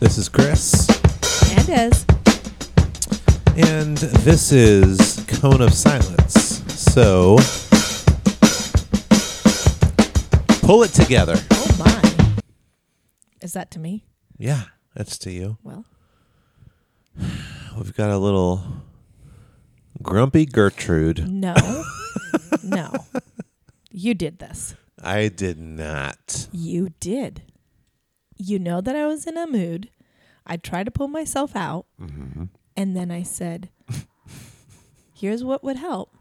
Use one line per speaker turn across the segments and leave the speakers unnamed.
This is Chris,
Hernandez.
and this is Cone of Silence. So, pull it together.
Oh my. Is that to me?
Yeah, that's to you.
Well,
We've got a little grumpy Gertrude.
no. no. You did this.
I did not.
You did. You know that I was in a mood. I tried to pull myself out.
Mm-hmm.
And then I said, here's what would help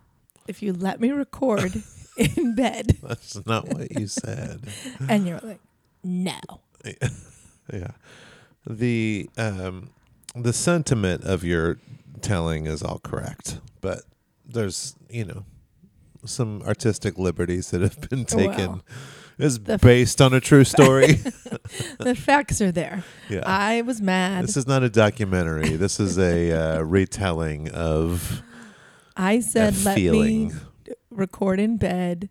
if you let me record in bed.
That's not what you said.
And you're like, no.
Yeah. The um the sentiment of your telling is all correct, but there's, you know, some artistic liberties that have been taken.
Well,
It's
the f-
based on a true story.
The facts are there.
yeah.
I was mad.
this is not a documentary. This is a uh, retelling of
I
a
said, let
feeling.
me record in bed.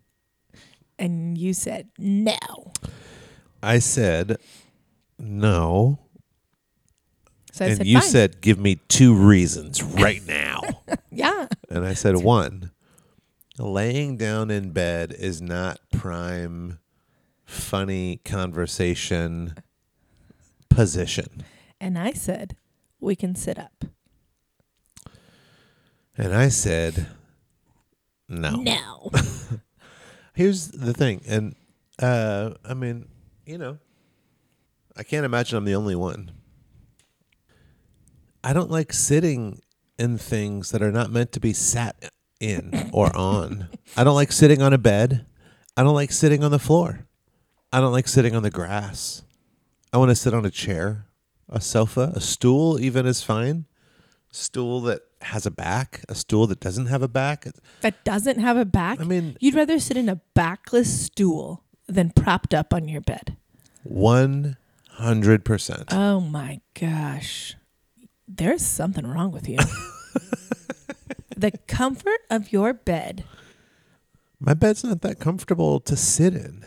And you said, no.
I said no,
So I
and
said,
you
Fine.
said give me two reasons right now.
yeah,
And I said, one, laying down in bed is not prime funny conversation position.
and I said, we can sit up.
And I said, no.
No,
Here's the thing. And uh, I mean, you know, I can't imagine I'm the only one. I don't like sitting in things that are not meant to be sat in or on. I don't like sitting on a bed. I don't like sitting on the floor. I don't like sitting on the grass. I want to sit on a chair, a sofa, a stool, even is fine. Stool that has a back, a stool that doesn't have a back.
that doesn't have a back.
I mean,
You'd rather sit in a backless stool than propped up on your bed.
One hundred percent.
Oh my gosh, there's something wrong with you. the comfort of your bed.
My bed's not that comfortable to sit in.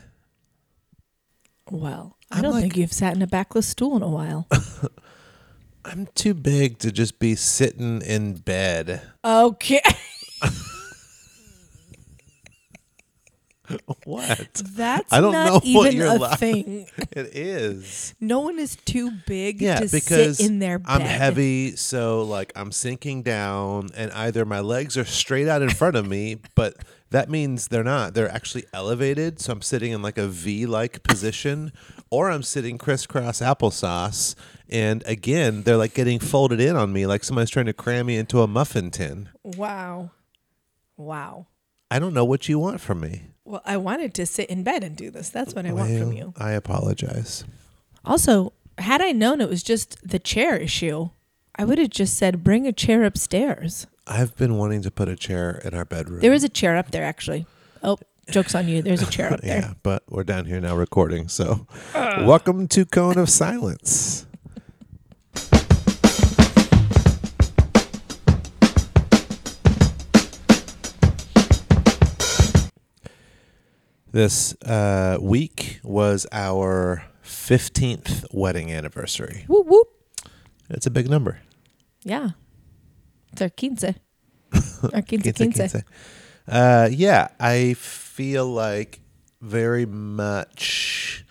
Well, I
I'm
don't
like-
think you've sat in a backless stool in a while.
I'm too big to just be sitting in bed.
okay,
What?
that's
I don't
not
know
even
what you're
a
laugh-
thing.
It is.
No one is too big
Yeah,
to
because
sit in their bed.
I'm heavy, so like I'm sinking down, and either my legs are straight out in front of me, but that means they're not. They're actually elevated, so I'm sitting in like a V-like position, or I'm sitting crisscross applesauce, and again they're like getting folded in on me, like somebody's trying to cram me into a muffin tin.
Wow. Wow.
I don't know what you want from me.
Well, I wanted to sit in bed and do this. That's what I want from
Well,
you.
I apologize.
Also, had I known it was just the chair issue, I would have just said, bring a chair upstairs.
I've been wanting to put a chair in our bedroom.
There is a chair up there, actually. Oh, joke's on you. There's a chair up there.
Yeah, but we're down here now recording. So, welcome to Cone of Silence. This uh, week was our 15th wedding anniversary.
Whoop, whoop.
It's a big number.
Yeah. It's our quince. Our quince,
Quince,
quince.
quince. Uh, yeah, I feel like very much.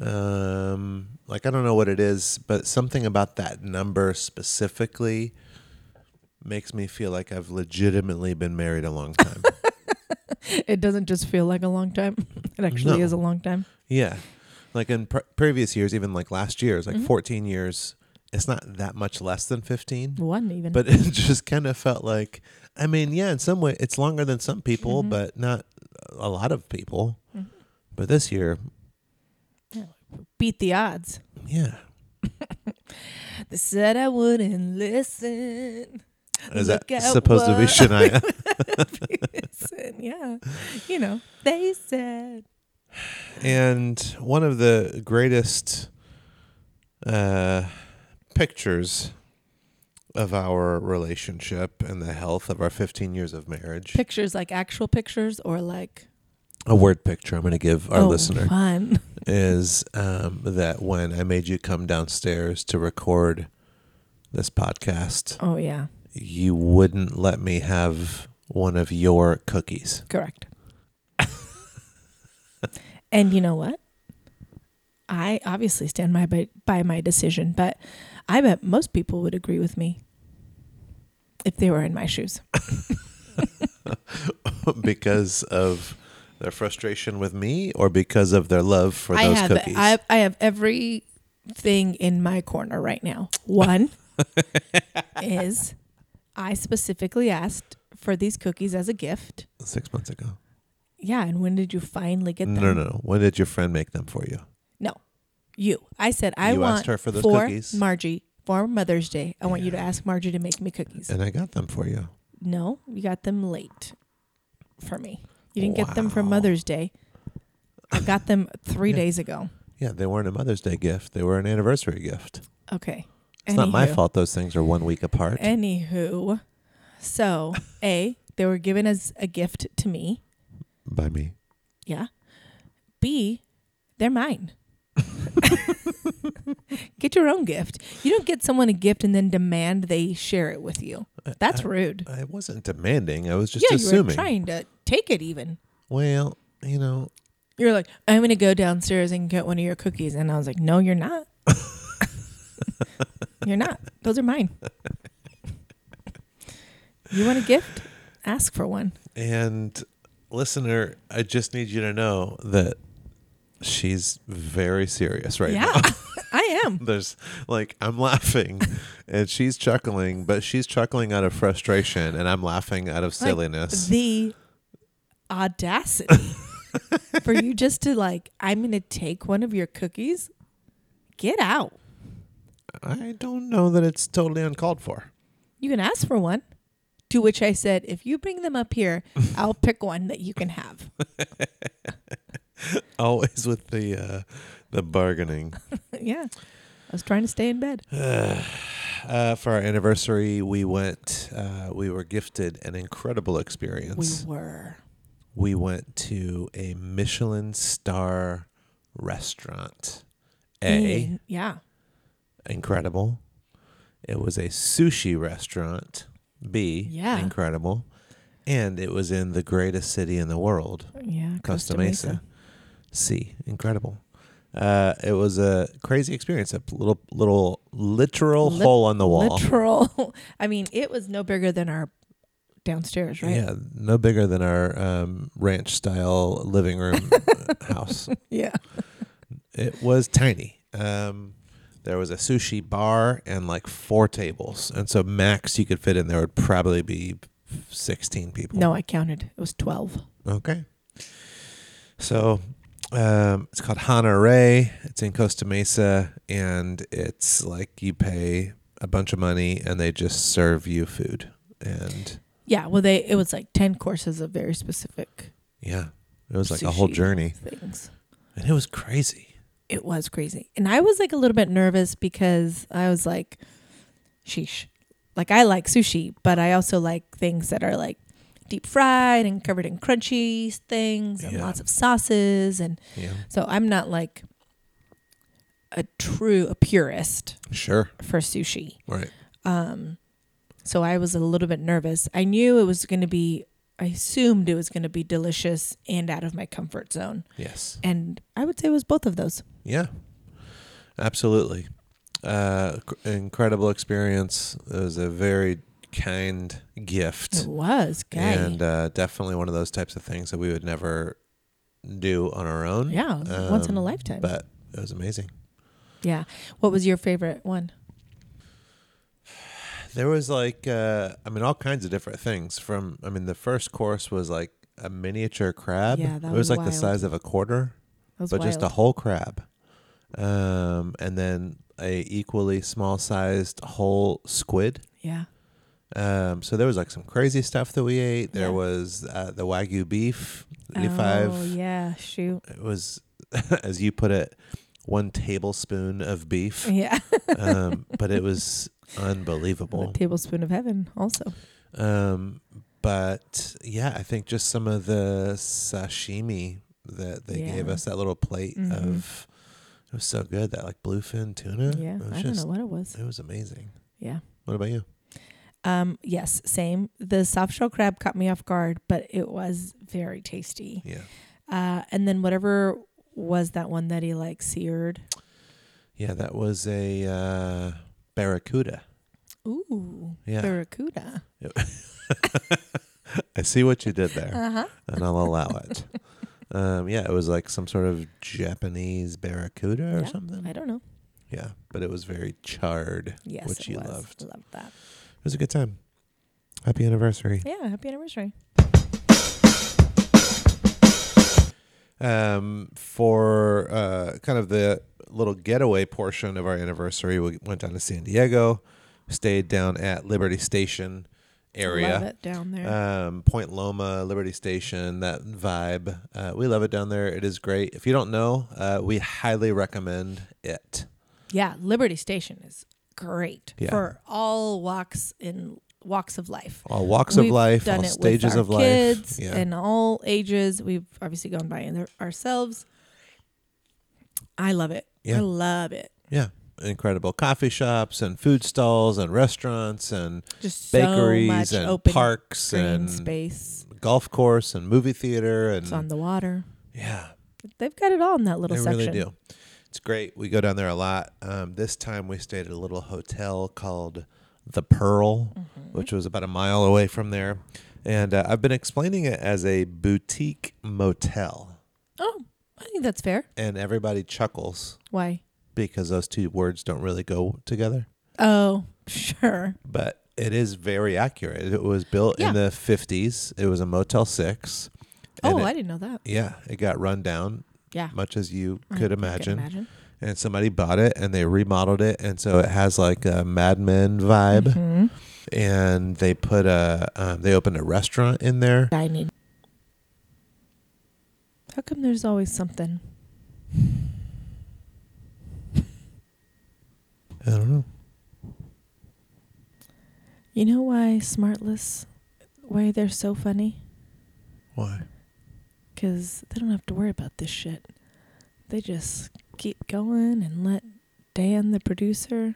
Um, like I don't know what it is, but something about that number specifically makes me feel like I've legitimately been married a long time.
It doesn't just feel like a long time. It actually
No.
is a long time.
yeah, like in pre- previous years, even like last year, it's like
Mhm.
14 years. It's not that much less than 15.
One even.
but it just kind of felt like i mean yeah in some way it's longer than some people
Mhm.
but not a lot of people
Mhm.
but this year
Beat the odds.
yeah
They said I wouldn't listen.
is
Look
that
at
supposed to be
what-
shania
Listen, yeah. You know, they said.
and one of the greatest uh, pictures of our relationship and the health of our 15 years of marriage
Pictures like actual pictures or like
a word picture I'm going to give our
oh,
listener
Fun.
is um, that when I made you come downstairs to record this podcast,
Oh yeah.
you wouldn't let me have one of your cookies.
Correct. and you know what? I obviously stand my by, by my decision, but I bet most people would agree with me if they were in my shoes.
because of their frustration with me or because of their love for
I
those
have
cookies?
I, I have everything in my corner right now. One is I specifically asked for these cookies as a gift.
Six months ago.
Yeah, and when did you finally get them?
No, no, no. When did your friend make them for you?
You. I said I
You
want
asked her for those cookies?
Margie for Mother's Day. I want you to
Yeah.
ask Margie to make me cookies.
And I got them for you.
no, you got them late for me. You didn't get them for
Wow.
Mother's Day. I got them three
Yeah.
days ago.
Yeah, they weren't a Mother's Day gift. They were an anniversary gift.
Okay.
It's not my
Anywho.
fault those things are one week apart.
Anywho, so a they were given as a gift to me.
by me.
Yeah. B, they're mine. get your own gift. You don't get someone a gift and then demand they share it with you.
I-
That's
I,
rude.
I wasn't demanding. I was Uh, just
yeah, you were
assuming.
trying to take it even.
Well, you know,
You're like, I'm gonna go downstairs and get one of your cookies, and I was like, No, you're not. you're not. Those are mine. you want a gift? Ask for one.
and listener, I just need you to know that she's very serious right now.
yeah, I am.
there's like I'm laughing and she's chuckling, but she's chuckling out of frustration and I'm laughing out of silliness.
The audacity for you just to like, I'm gonna take one of your cookies. Get out.
I don't know that it's totally uncalled for.
You can ask for one. To which I said, if you bring them up here, I'll pick one that you can have.
Always with the uh the bargaining.
yeah. I was trying to stay in bed.
Uh, for our anniversary, we went. Uh, we were gifted an incredible
We
experience.
were.
We went to a Michelin star restaurant. A
Mm, yeah.
incredible. It was a sushi restaurant. B,
Yeah.
incredible. And it was in the greatest city in the world,
Yeah.
Costa, Mesa. C, incredible. Uh, it was a crazy experience. A little, little literal
Lit-
hole on the wall.
Literal. I mean, it was no bigger than our downstairs, right?
Yeah, no bigger than our um, ranch style living room house.
Yeah.
It was tiny. Um, there was a sushi bar and like four tables, and so max you could fit in there would probably be sixteen people.
No, I counted. It was 12.
Okay. So um, it's called Hana Rey. It's in Costa Mesa, and it's like you pay a bunch of money, and they just serve you food. And
Yeah. Well, they it was like 10 courses of very specific
yeah, it was like a whole
Sushi.
journey,
things.
and it was crazy.
It was crazy. And I was like a little bit nervous because I was like, sheesh. Like, I like sushi, but I also like things that are like deep fried and covered in crunchy things and
Yeah.
lots of sauces and
Yeah,
So I'm not like a true a purist
sure,
for sushi.
right,
Um, so I was a little bit nervous. I knew it was going to be, I assumed it was going to be delicious and out of my comfort zone.
yes.
And I would say it was both of those.
Yeah, absolutely. Uh, c- incredible experience. It was a very kind gift,
It was, guy.
and uh, definitely one of those types of things that we would never do on our own.
yeah, it was once in a
Um,
lifetime.
but it was amazing.
yeah. What was your favorite one?
There was like, uh, I mean, all kinds of different things. From, I mean, the first course was like a miniature crab.
Yeah, that
it was
was
like
wild.
the size of a quarter.
That was
but just a
wild.
whole crab, um, and then a equally small sized whole squid.
yeah.
Um, so there was like some crazy stuff that we ate. There
Yeah.
was uh, the wagyu beef, eighty-five.
Oh, yeah. Shoot.
It was, as you put it, one tablespoon of beef.
Yeah.
um, but it was
the
unbelievable.
tablespoon of heaven, also.
Um, but yeah, I think just some of the sashimi that they
Yeah.
gave us that little plate
Mhm.
of. It was so good that like bluefin tuna.
Yeah,
it was
I don't know what it was.
It was amazing.
Yeah.
What about you?
Um, yes, same. The soft shell crab caught me off guard, but it was very tasty.
Yeah,
Uh, and then whatever was that one that he like seared?
yeah, that was a uh, barracuda.
Ooh,
Yeah.
barracuda.
I see what you did there,
Uh huh.
and I'll allow it. Um, yeah, it was like some sort of Japanese barracuda or
Yeah,
something.
I don't know.
Yeah, but it was very charred,
Yes,
which
it
you
was.
loved. It
Loved that.
was a good time. Happy anniversary.
Yeah. Happy anniversary.
Um, for uh, kind of the little getaway portion of our anniversary, we went down to San Diego, stayed down at Liberty Station area.
Love it down there.
um, Point Loma, Liberty Station, that vibe. Uh, we love it down there. It is great. If you don't know, uh, we highly recommend it.
yeah, Liberty Station is great
Yeah.
for all walks in walks of life.
All walks
We've
of life,
done
all
it with
stages
our
of life.
kids
yeah.
in all ages. We've obviously gone by in there ourselves. I love it.
Yeah.
I love it.
yeah. Incredible coffee shops and food stalls and restaurants and
Just so
bakeries
much
and
open
parks
green
and
space.
golf course and movie theater and
It's on the water.
yeah,
They've got it all in that little
they
section.
really do. It's great. We go down there a lot. Um, this time we stayed at a little hotel called the Pearl,
Mm-hmm.
which was about a mile away from there. And uh, I've been explaining it as a boutique motel,
Oh, I think that's fair.
and everybody chuckles
Why?
because those two words don't really go together.
Oh, sure.
But it is very accurate. It was built
Yeah.
in the '50s. It was a Motel Six.
Oh,
and it-
I didn't know that.
yeah, it got run down
Yeah.
much as you
I
could
can
imagine.
imagine.
and somebody bought it and they remodeled it and so it has like a Mad Men vibe
Mhm.
and they put a um, they opened a restaurant in there
dining. How come there's always something?
I don't know
You know why smartless, why they're so funny?
why
Because they don't have to worry about this shit. They just keep going and let Dan, the producer,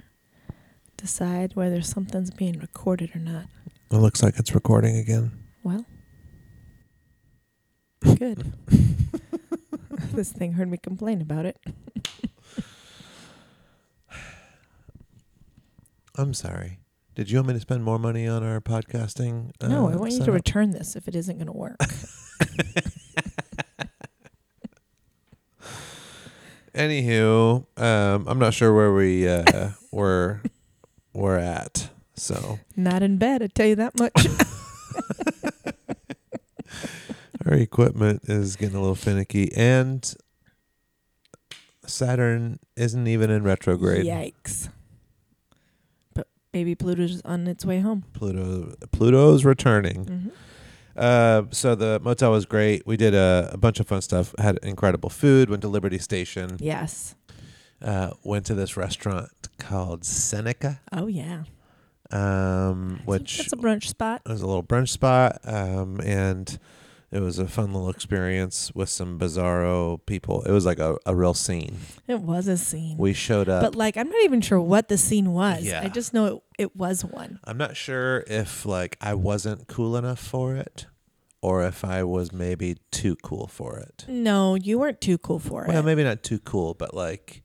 decide whether something's being recorded or not.
it looks like it's recording again
Well, good. this thing heard me complain about it.
I'm sorry did you want me to spend more money on our podcasting
no,
uh,
I want you to
setup?
return this if it isn't going to work.
anywho um, I'm not sure where we uh, were we're at so
not in bed, I tell you that much.
our equipment is getting a little finicky and Saturn isn't even in retrograde.
Yikes. But baby Pluto's on its way home.
Pluto Pluto's returning.
Mm-hmm.
Uh, so the motel was great. We did a, a bunch of fun stuff. Had incredible food. Went to Liberty Station.
Yes.
Uh, went to this restaurant called Seneca,
Oh, yeah.
um,
That's a-
which
That's a brunch spot.
was a little brunch spot, um, and it was a fun little experience with some bizarro people. It was like a, a real scene.
It was a scene.
We showed up.
but, like, I'm not even sure what the scene was.
Yeah.
I just know it, it was one.
I'm not sure if like I wasn't cool enough for it, or if I was maybe too cool for it.
No, you weren't too cool for
Well,
it.
maybe not too cool, but like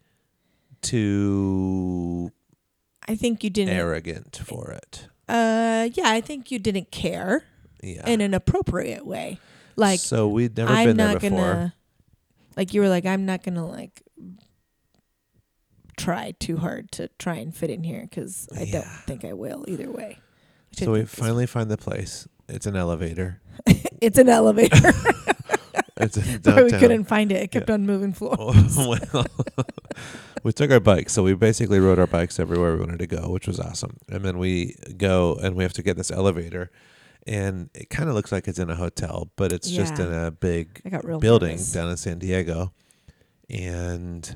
too
I think you didn't.
arrogant for it.
Uh, yeah, I think you didn't care
Yeah.
in an appropriate way. Like,
so we'd never
I'm
been there
not
before.
gonna. Like, you were like, I'm not gonna, like, try too hard to try and fit in here because I don't
Yeah.
think I will either way. Which I
so we
think is
finally find the place. It's an elevator.
It's an elevator.
It's in
but we
downtown. Oh.
couldn't find it. It kept on moving floor.
well, we took our bikes, so we basically rode our bikes everywhere we wanted to go, which was awesome. And then we go and we have to get this elevator, and it kind of looks like it's in a hotel, but it's just
Yeah.
in a big
I got real
building
nervous.
down in San Diego, and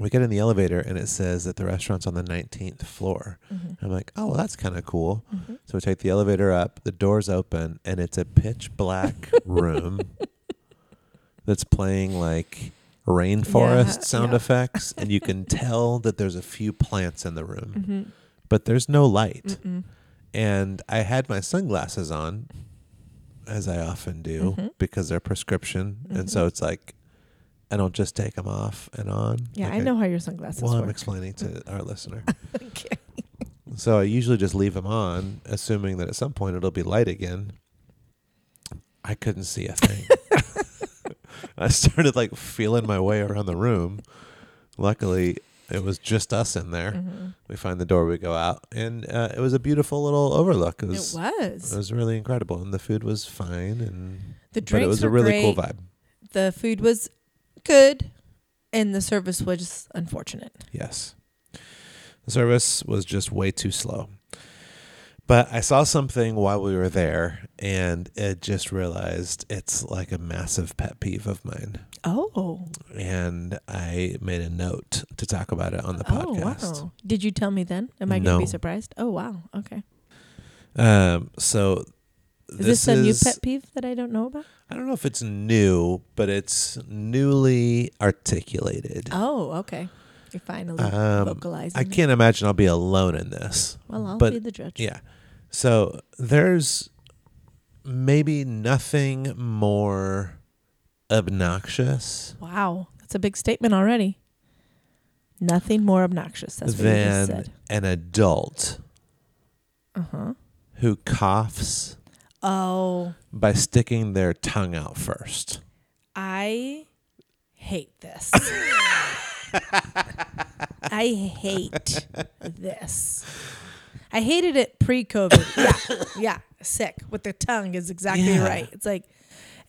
we get in the elevator, and it says that the restaurant's on the 19th floor.
Mhm.
I'm like, oh, well, that's kind of cool.
Mhm.
So we take the elevator up, the doors open, and it's a pitch black room that's playing like rainforest
Yeah,
sound
yeah.
effects, and you can tell that there's a few plants in the room,
Mm-hmm.
but there's no light. And I had my sunglasses on, as I often do,
Mm-hmm.
because they're prescription, and so it's like I don't just take them off and on.
Yeah,
Like,
I know how your sunglasses
Well, I'm
work.
explaining to our listener.
okay.
So I usually just leave them on, assuming that at some point it'll be light again. I couldn't see a thing. I started like feeling my way around the room. Luckily, it was just us in there.
Mm. Mm-hmm.
We find the door, we go out, and uh, it was a beautiful little overlook. It
It
was, it
was.
was really incredible, and the food was fine, and
The
but
drinks
it was a
were
really
great.
cool vibe.
The food was good, and the service was unfortunate.
Yes. The service was just way too slow. But I saw something while we were there and it just realized it's like a massive pet peeve of mine.
Oh,
And I made a note to talk about it on the
oh
podcast.
wow! Did you tell me then? Am I going to
No.
be surprised? Oh wow! Okay.
Um so
Is this, a
is-
new pet peeve that I don't know about?
I don't know if it's new, but it's newly articulated.
Oh, okay. You're finally
Um,
vocalizing.
I
it.
can't imagine I'll be alone in this.
Well, I'll
but
be the judge.
Yeah. So there's maybe nothing more obnoxious
Wow, that's a big statement already. Nothing more obnoxious. That's what you just
than
said.
an adult
Uh huh.
who coughs
Oh,
by sticking their tongue out first.
I hate this. I hate this. I hated it pre-COVID. Yeah, yeah, sick with the tongue is exactly
Yeah.
right. It's like,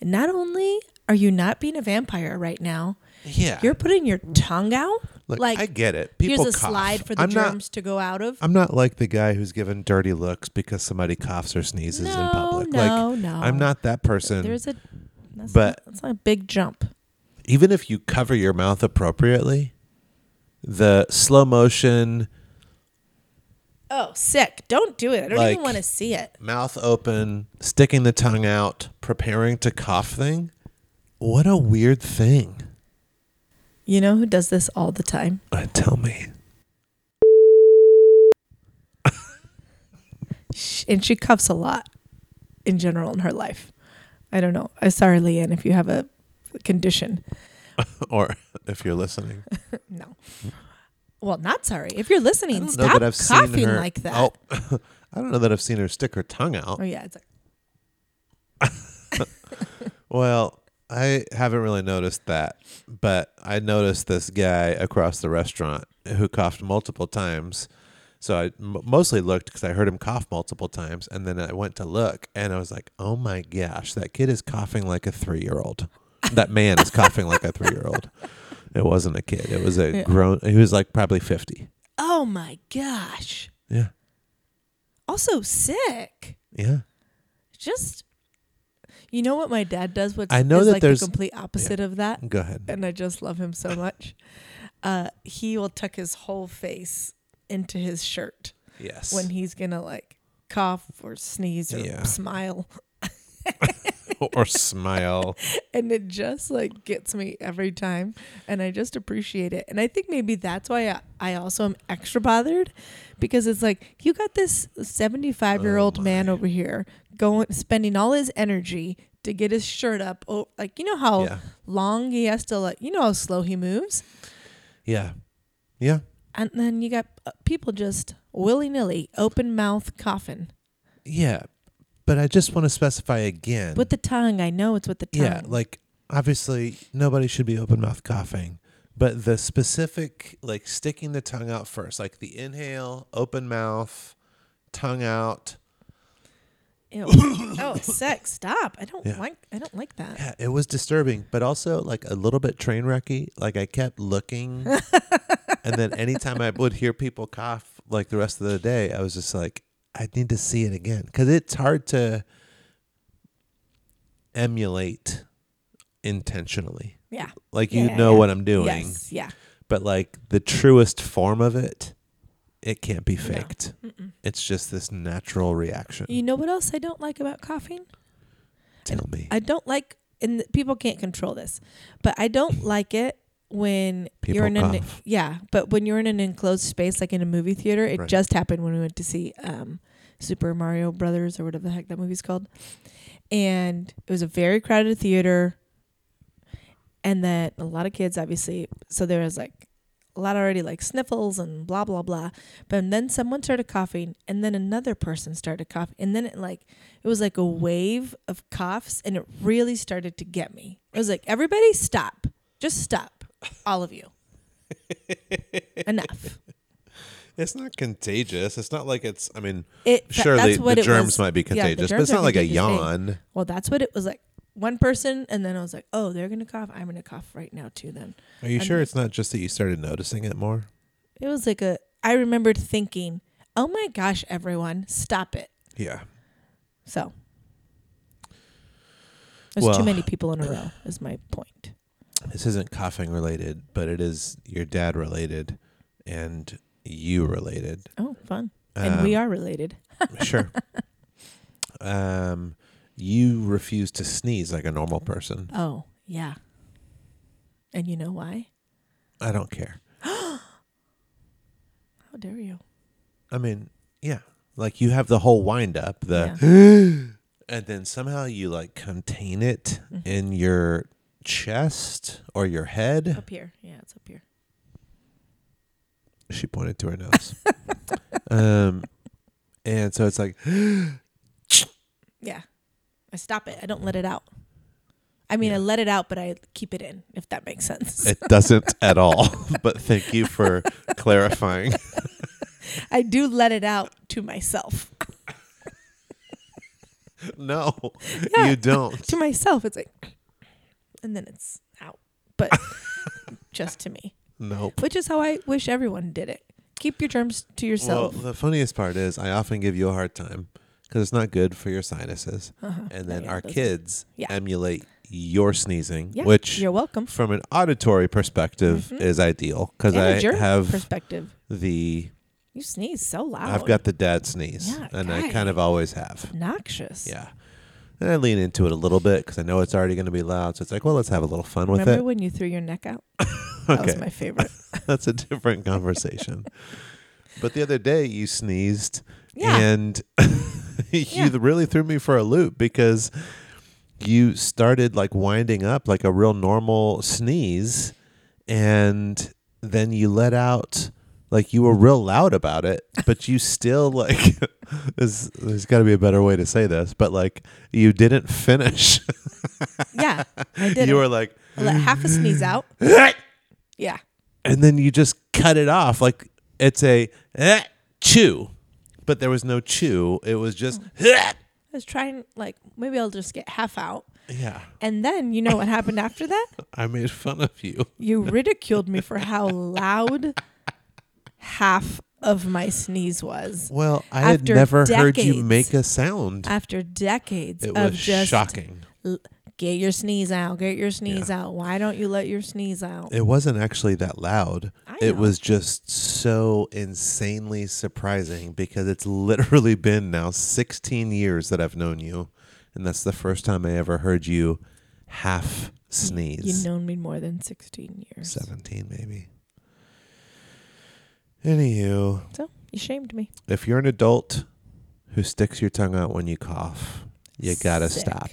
not only are you not being a vampire right now,
Yeah.
you're putting your tongue out.
Look,
like,
I get it. People
Here's a
cough.
slide for the
I'm
germs to go out of.
Not, I'm not like the guy who's given dirty looks because somebody coughs or sneezes in
No,
public.
no,
like
no.
I'm not that person.
There's a that's
But-
not, that's not a big jump.
even if you cover your mouth appropriately, the slow motion
Oh, sick. Don't do it. I don't
Like-
even want to see it.
mouth open, sticking the tongue out, preparing to cough thing. What a weird thing.
You know who does this all the time?
Uh, tell me.
Sh- And she cuffs a lot in general in her life. I don't know. I'm sorry, Leanne, if you have a condition.
or if you're listening. I
No. Well, not sorry. If you're listening,
don't
stop coughing like that.
Oh, I don't know that I've seen her stick her tongue out.
Oh, yeah. It's like,
Well, I haven't really noticed that, but I noticed this guy across the restaurant who coughed multiple times. So I m- mostly looked because I heard him cough multiple times, and then I went to look, and I was like, "Oh my gosh, that kid is coughing like a three-year-old. That man is coughing like a three-year-old. It wasn't a kid; it was a
Yeah.
grown. He was like probably fifty.
oh my gosh.
Yeah,
Also sick.
yeah.
Just, you know what my dad does? What's,
I know
is
that
like
there's-
the complete opposite of that.
Go ahead.
and I just love him so much. Uh, he will tuck his whole face into his shirt
Yes.
when he's gonna like cough or sneeze or
Yeah.
smile,
or smile.
and it just like gets me every time, and I just appreciate it. And I think maybe that's why I, I also am extra bothered because it's like you got this seventy-five-year-old
Oh, my.
man over here going spending all his energy to get his shirt up. Oh, like you know how
Yeah.
long he has to like you know how slow he moves.
Yeah. Yeah.
And then you got uh, people just willy nilly, open mouth coughing
Yeah. But I just want to specify again.
with the tongue. I know it's with the tongue.
Yeah, like obviously nobody should be open mouth coughing, but the specific like sticking the tongue out first, like the inhale, open mouth, tongue out.
Ew. oh, sex. Stop. I don't
Yeah.
like. I don't like that.
Yeah, it was disturbing, but also like a little bit train wrecky. Like I kept looking, and then anytime I would hear people cough, like the rest of the day, I was just like, I need to see it again because it's hard to emulate intentionally.
Yeah.
Like you
Yeah,
know
yeah.
what I'm doing.
Yes. Yeah.
but like the truest form of it, it can't be
No.
faked. It's just this natural reaction.
You know what else I don't like about coughing?
Tell me.
I don't like and th- people can't control this, but I don't like it when
People
you're in an
cough.
yeah, but when you're in an enclosed space like in a movie theater, it
Right.
just happened when we went to see um, Super Mario Brothers or whatever the heck that movie's called, and it was a very crowded theater, and then a lot of kids obviously, so there was like a lot already like sniffles and blah blah blah, but then someone started coughing, and then another person started coughing, and then it like it was like a wave of coughs and it really started to get me. It was like, everybody stop. Just stop. All of you. Enough.
It's not contagious. It's not like it's. I mean,
It that-
sure, the,
that's what
the
it
germs
was.
might be
Yeah, the
contagious, but
germs
it's
are
not like a
contagious. Hey,
yawn.
Well, that's what it was like. One person and then I was like, Oh, they're gonna cough. I'm gonna cough right now too then.
Are you
I'm-
sure it's not just that you started noticing it more?
It was like a I remembered thinking, Oh my gosh, everyone, stop it.
Yeah.
So there's
Well-
too many people in a row is my point.
This isn't coughing related, but it is your dad related and you related.
Oh, fun. and we
Um,
are related.
sure. Um, you refuse to sneeze like a normal person.
Oh, yeah. And you know why?
I don't care.
How dare you?
I mean, yeah, like you have the whole wind up, the and then somehow you like contain it
Mhm.
in your chest or your head.
up here. Yeah, it's up here.
She pointed to her nose. um, and so it's like
Yeah. I stop it. I don't let it out. I mean, I let it out, but I keep it in, if that makes sense.
it doesn't at all. but thank you for clarifying.
I do let it out to myself.
No,
Yeah.
you don't.
To myself, it's like, and then it's out, but just to me,
Nope.
which is how I wish everyone did it. Keep your germs to yourself.
Well, the funniest part is I often give you a hard time because it's not good for your sinuses.
Uh-huh.
And
No,
then
yeah,
our
those-
kids
Yeah.
emulate your sneezing,
Yeah,
which
You're welcome.
from an auditory perspective
Mhm.
is ideal because
And a
I
germ
have
perspective.
the
You sneeze so loud.
I've got the dad sneeze,
Oh. Yeah,
and I
guy.
kind of always have.
noxious.
Yeah. And I lean into it a little bit because I know it's already going to be loud. So it's like, well, let's have a little fun with
Remember
it.
when you threw your neck out? That was
Okay.
my favorite.
That's a different conversation. but the other day you sneezed
Yeah.
and you
Yeah.
really threw me for a loop because you started like winding up like a real normal sneeze and then you let out like you were real loud about it but you still like there's, there's got to be a better way to say this but like you didn't finish
yeah, I did.
you
it.
were like
I let half a sneeze out. yeah,
and then you just cut it off like it's a eh, chew but there was no chew it was just
Oh.
eh.
I was trying like maybe I'll just get half out.
yeah
And then you know what happened after that?
i made fun of you
You ridiculed me for how loud half of my sneeze was.
well i
After
had never heard you
decades.
make a sound
After decades
it
of
was
just
shocking
l- get your sneeze out, get your sneeze out. Why don't you let your sneeze out?
it wasn't actually that loud
I
it
know.
was just so insanely surprising because it's literally been now 16 years that i've known you and that's the first time i ever heard you half sneeze
You've known me more than sixteen years.
17 maybe anywho
So you shamed me.
if you're an adult who sticks your tongue out when you cough you gotta
Sick.
stop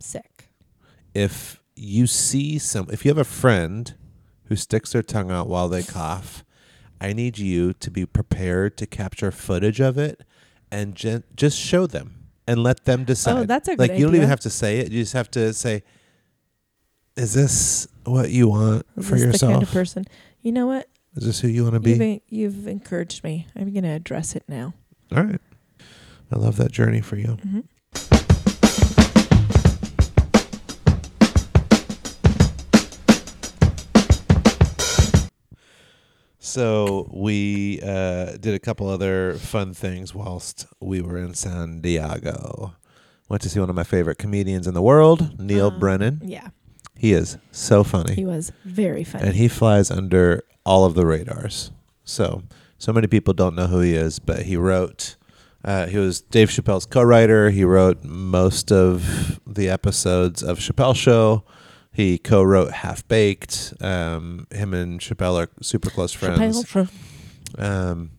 Sick.
if you see some if you have a friend who sticks their tongue out while they cough i need you to be prepared to capture footage of it and gen- just show them and let them decide
Oh, that's a good
like you don't even
idea.
have to say it you just have to say is this what you want
Is
for
this
yourself
the kind of person. You know what?
is this who you want to be
You've, en- you've encouraged me. I'm going to address it now.
All right. I love that journey for you.
hmm
So we uh, did a couple other fun things whilst we were in San Diego. Went to see one of my favorite comedians in the world, Neil
Um,
Brennan.
Yeah,
He is so funny.
he was very funny.
and he flies under all of the radars. So, so many people don't know who he is, but he wrote Uh, he was Dave Chappelle's co-writer. He wrote most of the episodes of Chappelle Show. He co-wrote Half Baked. Um, him and Chappelle are super close friends. Um,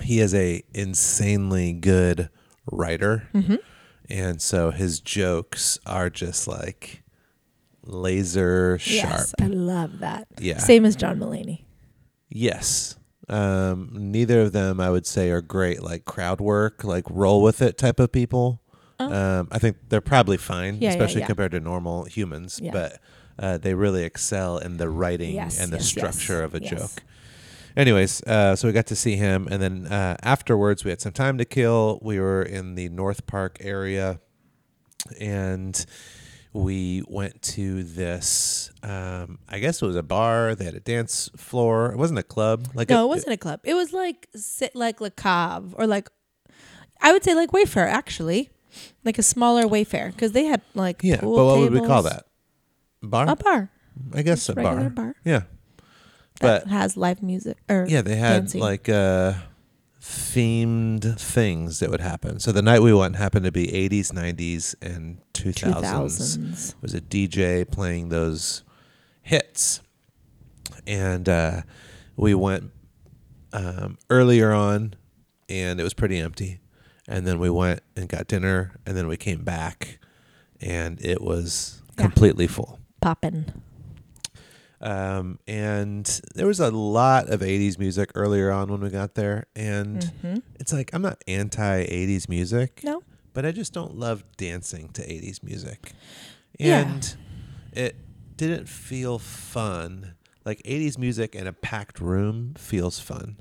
he is a insanely good writer,
Mm-hmm.
and so his jokes are just like laser sharp.
Yes, I love that.
Yeah.
Same as John Mulaney.
Yes. Um, neither of them, I would say, are great like crowd work, like roll with it type of people. Um, I think they're probably fine,
Oh. Yeah, yeah,
especially
yeah.
compared to normal humans.
Yeah.
But uh, they really excel in the writing
Yes,
and the
yes,
structure
yes,
of a
yes.
joke. Anyways, uh, so we got to see him, and then uh, afterwards we had some time to kill. We were in the North Park area, and we went to this. Um, I guess it was a bar. They had a dance floor. It wasn't a club. Like
No,
a-
it wasn't a club. It was like sit like Le Cave or like I would say like Wayfair actually, like a smaller Wayfair because they had like
Yeah,
pool
but what would we call
tables.
that? Bar?
A bar,
I guess a
regular
bar.
bar.
Yeah,
that
but
has live music or
yeah, they had
dancing.
like uh, themed things that would happen. So the night we went happened to be 80s, 90s, and 2000s.
2000s.
was a DJ playing those hits. And uh, we went um, earlier on, and it was pretty empty. And then we went and got dinner, and then we came back, and it was
Yeah.
completely full.
poppin'.
Um, and there was a lot of 80s music earlier on when we got there. And it's like, I'm not anti 80s music.
Mm. Mm-hmm. No.
But I just don't love dancing to 80s music.
Yeah.
And it didn't feel fun. Like 80s music in a packed room feels fun.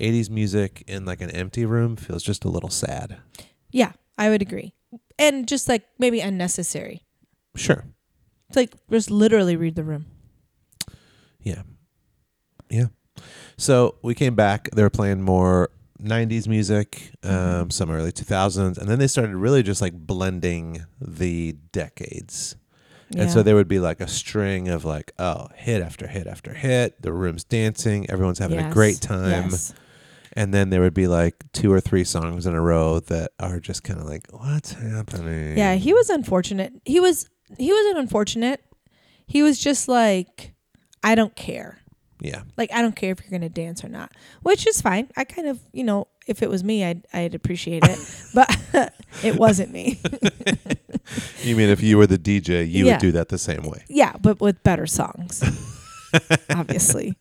80s music in like an empty room feels just a little sad.
Yeah, I would agree, and just like maybe unnecessary.
Sure.
It's like just literally read the room.
Yeah. Yeah. So we came back. They were playing more 90s music, um, some early 2000s. And then they started really just like blending the decades. And so
Yeah.
there would be like a string of like, oh, hit after hit after hit. The room's dancing. Everyone's having a
Yes,
great time.
yes.
And then there would be like two or three songs in a row that are just kind of like, what's happening?
Yeah, he was unfortunate. He was he wasn't unfortunate. He was just like, I don't care.
Yeah.
Like I don't care if you're gonna dance or not, which is fine. I kind of you know if it was me, I'd I'd appreciate it, but it wasn't me.
You mean if you were the DJ, you
Yeah.
would do that the same way?
Yeah, but with better songs, obviously.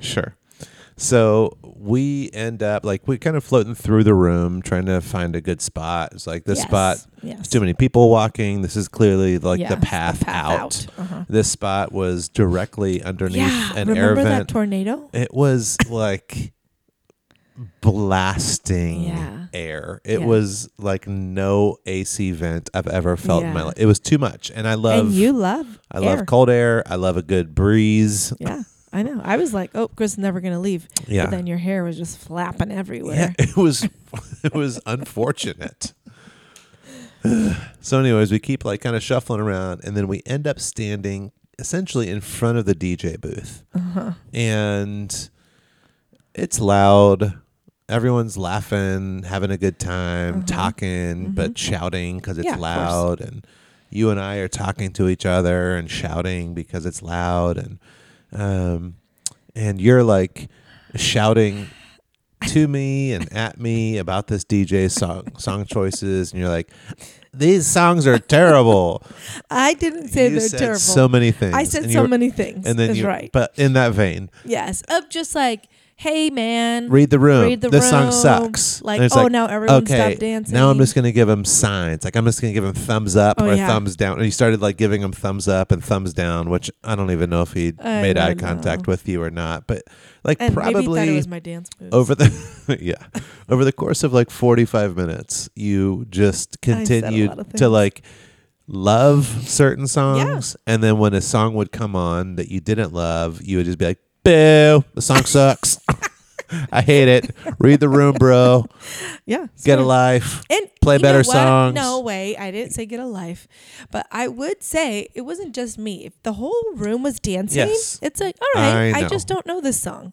Sure. So we end up like we kind of floating through the room trying to find a good spot. It's like this
Yes,
spot,
Yes.
there's too many people walking. This is clearly like
Yes,
the path, out.
Uh-huh.
This spot was directly underneath
Yeah.
an air
remember that
vent.
tornado?
it was like blasting
Yeah.
air. It
Yeah.
was like no AC vent I've ever felt in my
Yeah.
life. It was too much. And I love
and you love.
I
air.
love cold air. I love a good breeze.
Yeah, I know. I was like, oh, Chris is never gonna leave.
Yeah.
But then your hair was just flapping everywhere.
Yeah, it was it was unfortunate. so anyways, we keep like kind of shuffling around and then we end up standing essentially in front of the DJ booth.
Uh-huh.
And it's loud. Everyone's laughing, having a good time, talking, but shouting because it's
Mm-hmm. Yeah, of course.
loud. And you and I are talking to each other and shouting because it's loud. And um, and you're like shouting to me and at me about this DJ song song choices, and you're like, "These songs are terrible."
I didn't say
you
they're
said
terrible.
so many things.
I said
and
so
you were-
many things.
And then
is
you,
right.
but in that vein,
yes, of just like, hey man,
read the room.
Read the
this
room.
song sucks.
Like,
And it's
oh, now everyone
okay,
stopped dancing.
Now I'm just gonna give him signs. Like I'm just gonna give him thumbs up
Oh,
or
yeah.
thumbs down. And you started like giving him thumbs up and thumbs down, which I don't even know if he
I
made eye
don't
contact
know.
with you or not. But like
and
probably
maybe he thought it was my dance moves.
over the yeah over the course of like 45 minutes you just
I said a
continued
lot of
to
things.
like love certain songs and then when a song would come on that you didn't love you would just be like boo the song sucks I hate it. Read the room, bro.
Yeah.
Get a
sorry.
life.
And
Play
you know
better
what?
songs.
No way. I didn't say get a life. But I would say it wasn't just me. If the whole room was dancing,
Yes.
it's like, all right,
I
I,
know.
just don't know this song.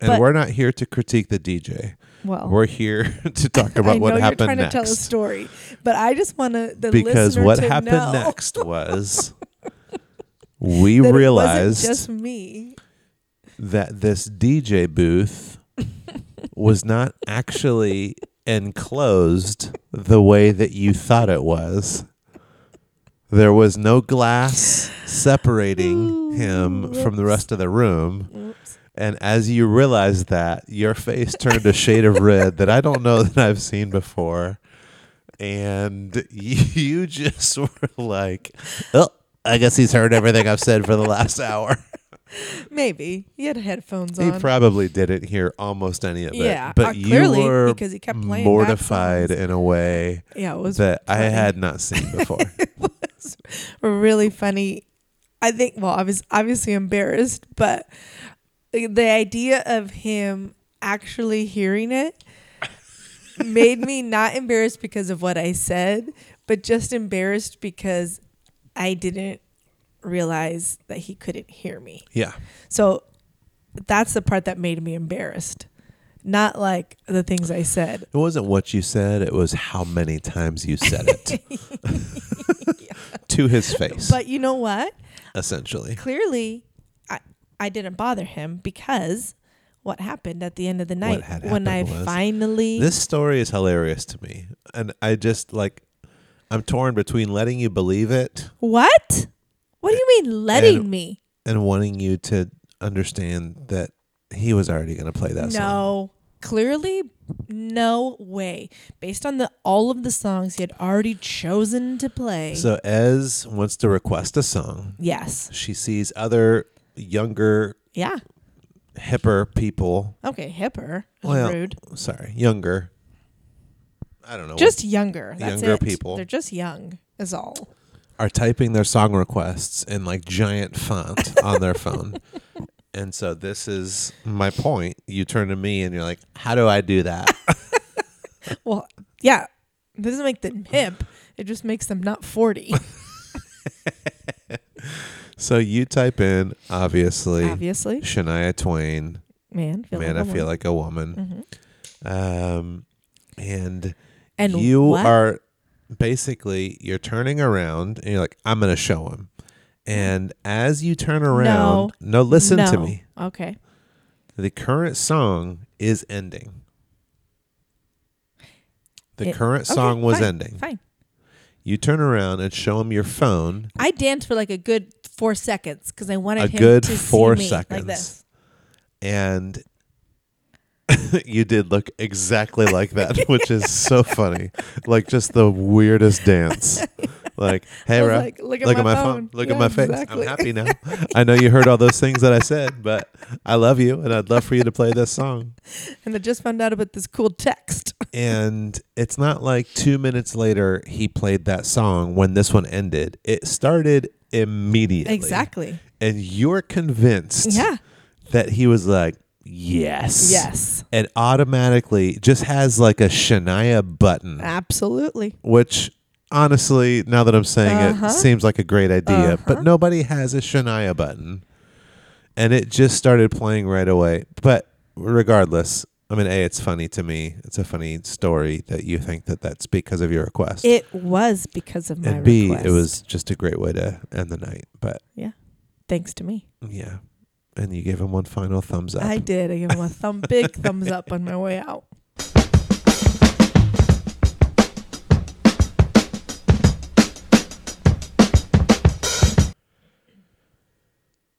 And
But-
we're not here to critique the DJ.
Well,
We're here to talk about
I
what
know
happened
you're trying
next.
to tell a story, but I just want to the
because
listener
what
to
happened
know
next was we
that it wasn't
realized
just me.
that this DJ booth was not actually enclosed the way that you thought it was. There was no glass separating him from the rest of the room.
Oops.
And as you realized that, your face turned a shade of red that I don't know that I've seen before. And you just were like, oh, I guess he's heard everything I've said for the last hour.
Maybe he had headphones
He
on.
probably didn't hear almost any of it.
Yeah, uh,
but you
clearly,
were
because he kept playing back
mortified
songs.
in a way
yeah, it was
that I
funny.
had not seen before.
really funny. I think. Well, I was obviously embarrassed, but the idea of him actually hearing it made me not embarrassed because of what I said, but just embarrassed because I didn't realize that he couldn't hear me.
yeah,
So that's the part that made me embarrassed. Not like the things I said.
it wasn't what you said; it was how many times you said it to his face,
But you know what?
essentially.
Clearly, I, I didn't bother him because what happened at the end of the night
had
when I
happened was
finally
This story is hilarious to me, and I just like I'm torn between letting you believe it
what? What do you mean letting
And-
me?
and wanting you to understand that he was already going to play that song.
No, clearly, no way. Based on the all of the songs he had already chosen to play.
So Ez wants to request a song.
yes.
She sees other younger,
Yeah.
hipper people.
Okay. Hipper.
Well,
rude.
Sorry, younger. I don't know.
just younger. That's
Younger
it.
people.
They're just young. Is all.
are typing their song requests in like giant font on their phone. And so this is my point. You turn to me and you're like, "How do I do that?"
Well, yeah. It doesn't make them hip. It just makes them not forty.
so you type in obviously
obviously,
Shania Twain,
man. Feel
"Man,
like
I Feel Like a
Mm-hmm.
Woman," um, and
And
you
what-
are basically you're turning around and you're like, "I'm going to show him." And as you turn around, no, listen to me.
Okay.
The current song is ending. The
It-
current
okay,
song was
fine,
ending.
Fine.
You turn around and show him your phone.
I danced for like a good four seconds because I wanted
A
him
good
to
four
see me
seconds.
like this.
and you did look exactly like that, which is so funny. Like just the weirdest dance. Like, hey,
I was
bro,
like, look at my phone.
look
Yeah,
at my face.
exactly.
I'm happy now. I know you heard all those things that I said, but I love you, and I'd love for you to play this song.
And I just found out about this cool text.
And it's not like two minutes later he played that song when this one ended. It started immediately.
exactly.
And you're convinced
Yeah.
that he was like, yes.
Yes.
and automatically just has like a Shania button,
Absolutely.
which honestly, now that I'm saying
Uh-huh.
it, seems like a great idea, but nobody has a Shania button. And it just started playing right away. But regardless, I mean, A, it's funny to me. It's a funny story that you think that that's because of your request.
It was because of my
and B,
request.
it was just a great way to end the night. But
thanks to me.
yeah. And you gave him one final thumbs up.
I did. I gave him a thumb, big thumbs up on my way out.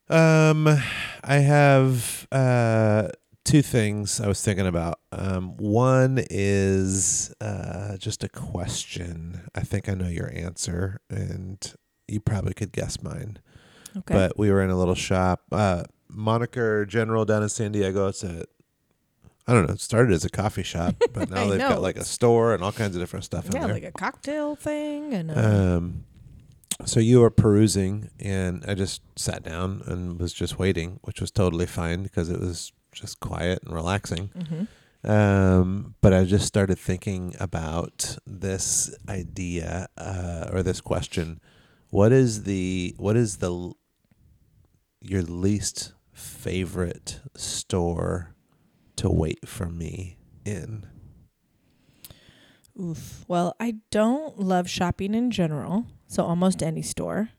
Um, I have uh two things I was thinking about. Um, one is uh just a question. I think I know your answer, and you probably could guess mine.
Okay.
But we were in a little shop, uh, Moniker General down in San Diego. It's a I don't know. It started as a coffee shop, but now
I
they've
know.
got like a store and all kinds of different stuff in
yeah,
there.
like a cocktail thing and uh, a,
Um, so you were perusing, and I just sat down and was just waiting, which was totally fine because it was just quiet and relaxing.
Mm-hmm.
Um, but I just started thinking about this idea uh, or this question: What is the what is the l- your least favorite store to wait for me in?
Oof. Well, I don't love shopping in general, so almost any store.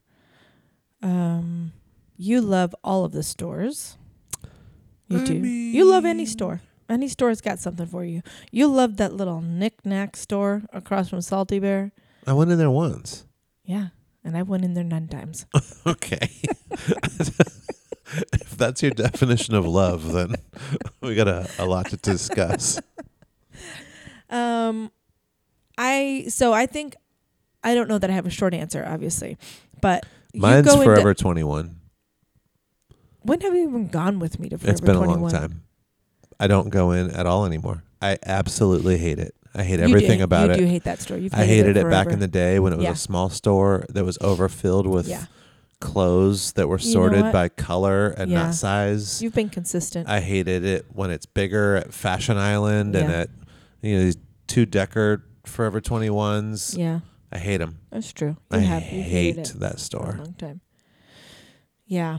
Um, you love all of the stores. You
I
do. you love any
mean-
store. Any store's got something for you. You love that little knick-knack store across from Salty Bear.
I went in there once.
Yeah, and I went in there nine times.
Okay. if that's your definition of love, then we got a, a lot to discuss.
Um, I so I think I don't know that I have a short answer, obviously, but you
Mine's
go into-
Forever 21.
when have you even gone with me to Forever
It's been
21?
a long time. I don't go in at all anymore. I absolutely hate it. I hate
You
everything
do,
about
you
it.
do hate that store. You've
I hated it, back
forever.
in the day when it was
Yeah.
a small store that was overfilled with
yeah.
clothes that were
You know
sorted
what?
by color and
Yeah.
not size.
You've been consistent.
I hated it when it's bigger at Fashion Island and
Yeah.
at you know these two decker Forever 21s.
yeah,
I hate them.
that's true.
I
You have. You've hated
hate
it Uh-huh.
that
for a
store.
long time. Yeah,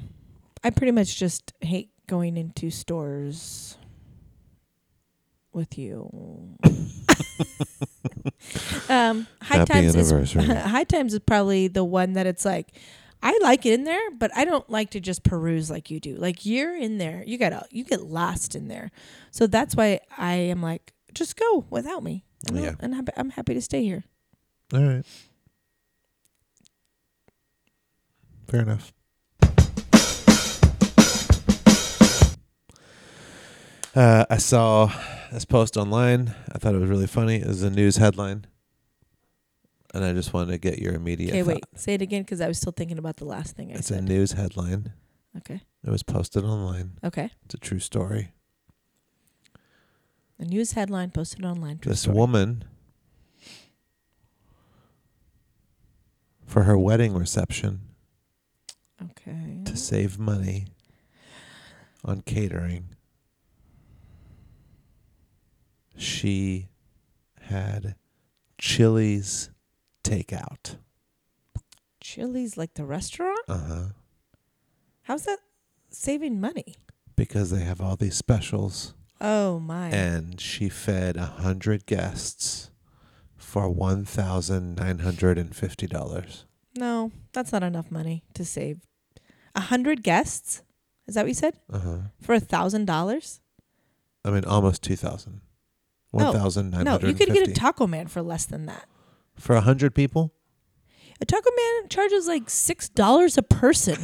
I pretty much just hate going into stores with you. um, high
Happy
times is
anniversary.
high times is probably the one that it's like. I like it in there, but I don't like to just peruse like you do. Like you're in there, you gotta you get lost in there. So that's why I am like, just go without me. And I'll-
Yeah.
and I'm- I'm happy to stay here.
All right. Fair enough. Uh, I saw this post online. I thought it was really funny. It was a news headline. And I just wanted to get your immediate
Okay,
thought.
wait. Say it again because I was still thinking about the last thing I
It's a
said.
news headline.
Okay.
It was posted online.
okay.
It's a true story.
A news headline posted online. True
this
story.
woman for her wedding reception
Okay.
to save money on catering she had chili's takeout
Chili's like the restaurant?
uh-huh
How's that saving money?
because they have all these specials
Oh my.
and she fed a hundred guests for one thousand nine hundred and fifty dollars
no, that's not enough money to save. A hundred guests? Is that what you said?
uh-huh
For a thousand dollars?
I mean, almost 2,000.
No, No,
1,950.
you could get a taco man for less than that.
For 100 people?
A taco man charges like six dollars a person.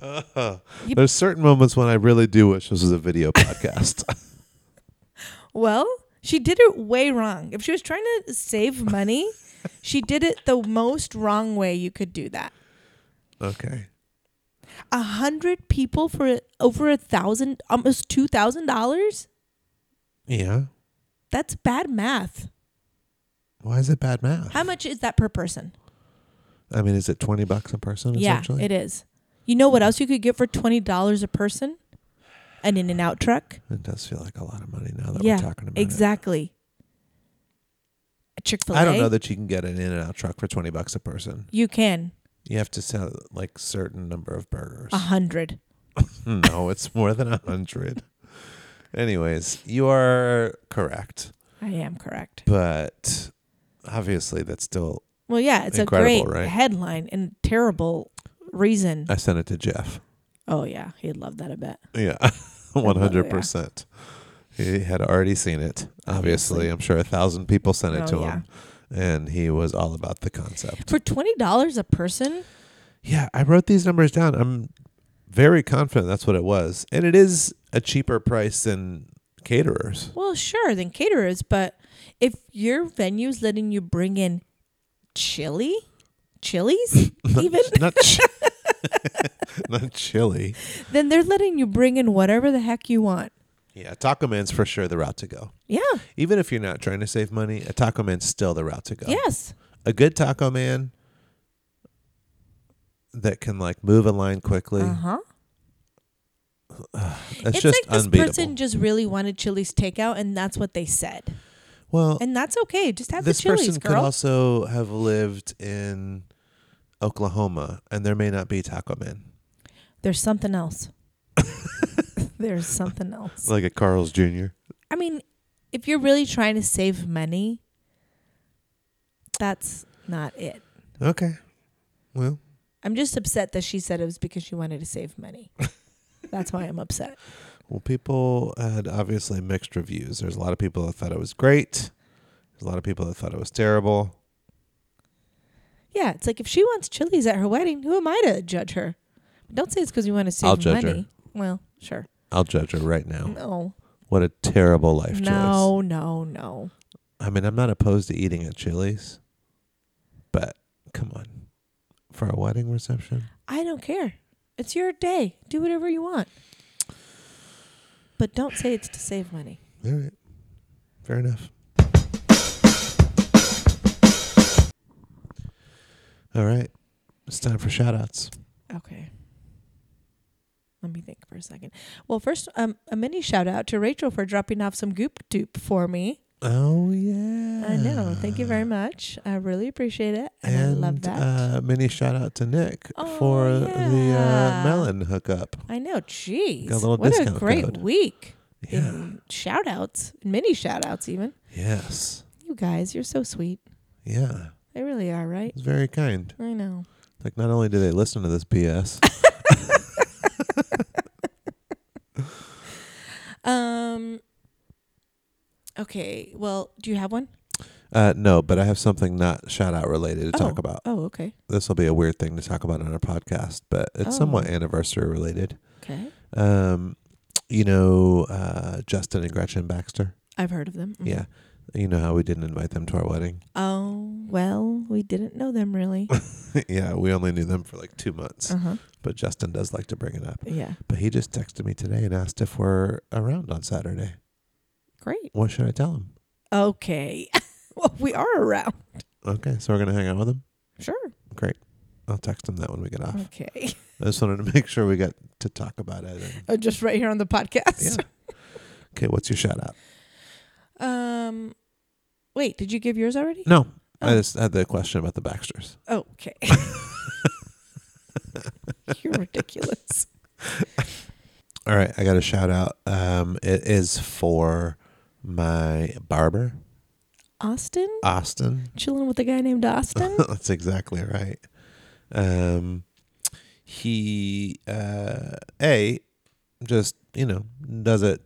Uh-huh. You-
There's certain moments when I really do wish this was a video podcast.
Well, she did it way wrong. If she was trying to save money, she did it the most wrong way you could do that.
okay.
A hundred people for over a thousand, almost two thousand dollars.
Yeah.
That's bad math.
Why is it bad math?
How much is that per person?
I mean, is it 20 bucks a person
Yeah,
essentially?
it is. You know what else you could get for twenty dollars a person? An in and out truck.
It does feel like a lot of money now that
Yeah,
we're talking about it.
Exactly. A Chick fil A.
I don't know that you can get an in and out truck for 20 bucks a person.
you can.
You have to sell like certain number of burgers.
A hundred.
no, it's more than a 100. Anyways, you are correct.
I am correct.
but obviously that's still
Well, yeah, it's a
Incredible,
great
right? Uh,
headline and terrible reason.
i sent it to jeff
oh yeah, he'd love that a bit.
yeah
Oh,
100% he had already seen it obviously
Obviously.
i'm sure a thousand people sent it
Oh,
to
yeah.
him and he was all about the concept
For twenty dollars a person,
yeah i wrote these numbers down i'm very confident that's what it was and it is a cheaper price than caterers
well, sure, then caterers. But if your venue's letting you bring in chili, chilies, even
not ch- not chili
then they're letting you bring in whatever the heck you want.
yeah taco man's for sure the route to go
Yeah.
even if you're not trying to save money a taco man's still the route to go
Yes.
a good taco man that can like move a line quickly
Uh huh.
That's
Uh-huh. it's
just
like this
unbeatable.
person just really wanted Chili's takeout, and that's what they said,
well,
and that's okay. Just have
this
the Chili's,
person could
girl.
also have lived in Oklahoma, and there may not be Taco Man,
There's something else. There's something else.
like at Carl's Jr.
I mean, if you're really trying to save money, that's not it.
Okay, well,
I'm just upset that she said it was because she wanted to save money. that's why I'm upset.
well, people had obviously mixed reviews. There's a lot of people that thought it was great. There's a lot of people that thought it was terrible.
Yeah, it's like if she wants Chili's at her wedding, who am I to judge her? Don't say it's because you want to save
I'll judge her.
money. Well, sure.
I'll judge her right now.
No,
What a terrible life choice.
no, no, no.
I mean, I'm not opposed to eating at Chili's, but come on, for a wedding reception.
I don't care. It's your day. Do whatever you want. But don't say it's to save money.
All right. Fair enough. All right. It's time for shout outs.
Okay. Let me think for a second. Well, first, um, a mini shout out to Rachel for dropping off some goop dupe for me.
Oh, yeah.
I know. Thank you very much. I really appreciate it. And, I love that.
Uh, mini shout out to Nick
Oh,
for the uh,
yeah.
melon hookup.
I know. Jeez.
Got a little
what a
discount
great
code.
week.
Yeah.
In shout outs, mini shout outs, even.
Yes.
You guys, you're so sweet.
Yeah.
They really are, right?
It's very kind.
I know.
Like, not only do they listen to this BS,
Um. Okay. Well, do you have one?
uh, no, but I have something not shout out related to talk about.
Oh, okay.
This will be a weird thing to talk about on our podcast, but it's
Oh.
somewhat anniversary related.
Okay.
Um, you know, uh, Justin and Gretchen Baxter.
I've heard of them. Mhm.
Yeah. You know how we didn't invite them to our wedding?
Oh, well, we didn't know them really.
Uh-huh. yeah, we only knew them for like two months,
Uh-huh.
but Justin does like to bring it up.
Yeah.
But he just texted me today and asked if we're around on Saturday.
Great.
What should I tell him?
Okay. well, we are around.
Okay, so we're going to hang out with him?
Sure.
Great. I'll text him that when we get off.
Okay.
I just wanted to make sure we got to talk about it. and-
Oh, just right here on the
yeah.
podcast.
okay, what's your shout out?
Um wait, did you give yours already?
No, I
Oh.
just had the question about the Baxters.
Okay. You're ridiculous.
All right, I got a shout out. Um, it is for my barber,
Austin?
Austin.
Chilling with a guy named Austin?
That's exactly right. Um, he uh, a just you know does it.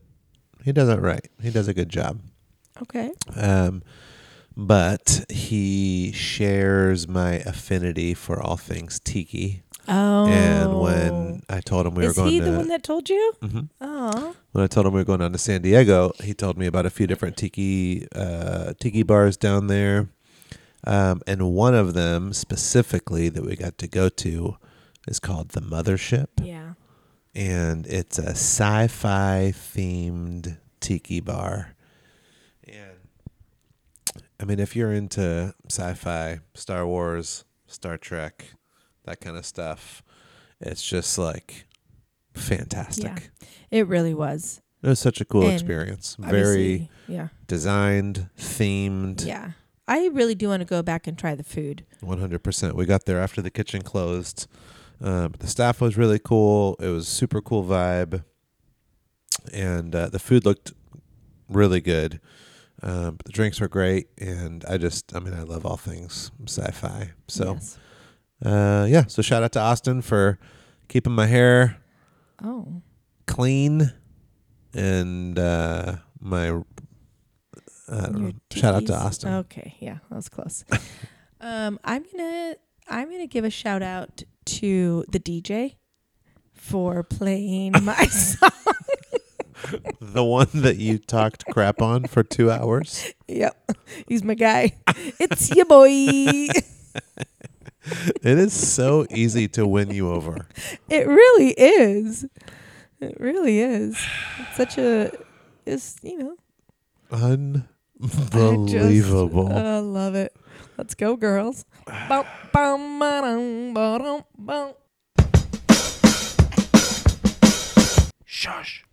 He does it right. He does a good job.
Okay.
Um, but he shares my affinity for all things tiki.
Oh.
And when I told him we
Is
were going
he
to
the one that told you?
Mhm.
Oh.
when I told him we were going down to San Diego, he told me about a few different tiki uh, tiki bars down there, um, and one of them specifically that we got to go to is called the Mothership,
Yeah.
and it's a sci-fi themed tiki bar. And I mean, if you're into sci-fi, Star Wars, Star Trek, that kind of stuff, it's just like fantastic.
Yeah. It really was.
It was such a cool
And
experience. Very
Obviously, yeah.
designed, themed,
Yeah. I really do want to go back and try the food.
100%. We got there after the kitchen closed. Um, the staff was really cool. It was super cool vibe. And uh, the food looked really good. Um, the drinks were great. And I just, I mean, I love all things sci fi. So,
Yes.
uh, yeah. So, shout out to Austin for keeping my hair
Oh.
clean and uh, my. I don't know.
Your
Shout out to
tikis.
Austin.
Okay, yeah, that was close. um, I'm gonna I'm gonna give a shout out to the DJ for playing my song.
The one that you talked crap on for two hours.
Yep, he's my guy. It's your boy. it
It is so easy to win you over.
really is. It really is. It's such a is you know I
Unbelievable.
just, uh, love it. Let's go, girls. Bum, bum, ba-dum, ba-dum, bum.
shush.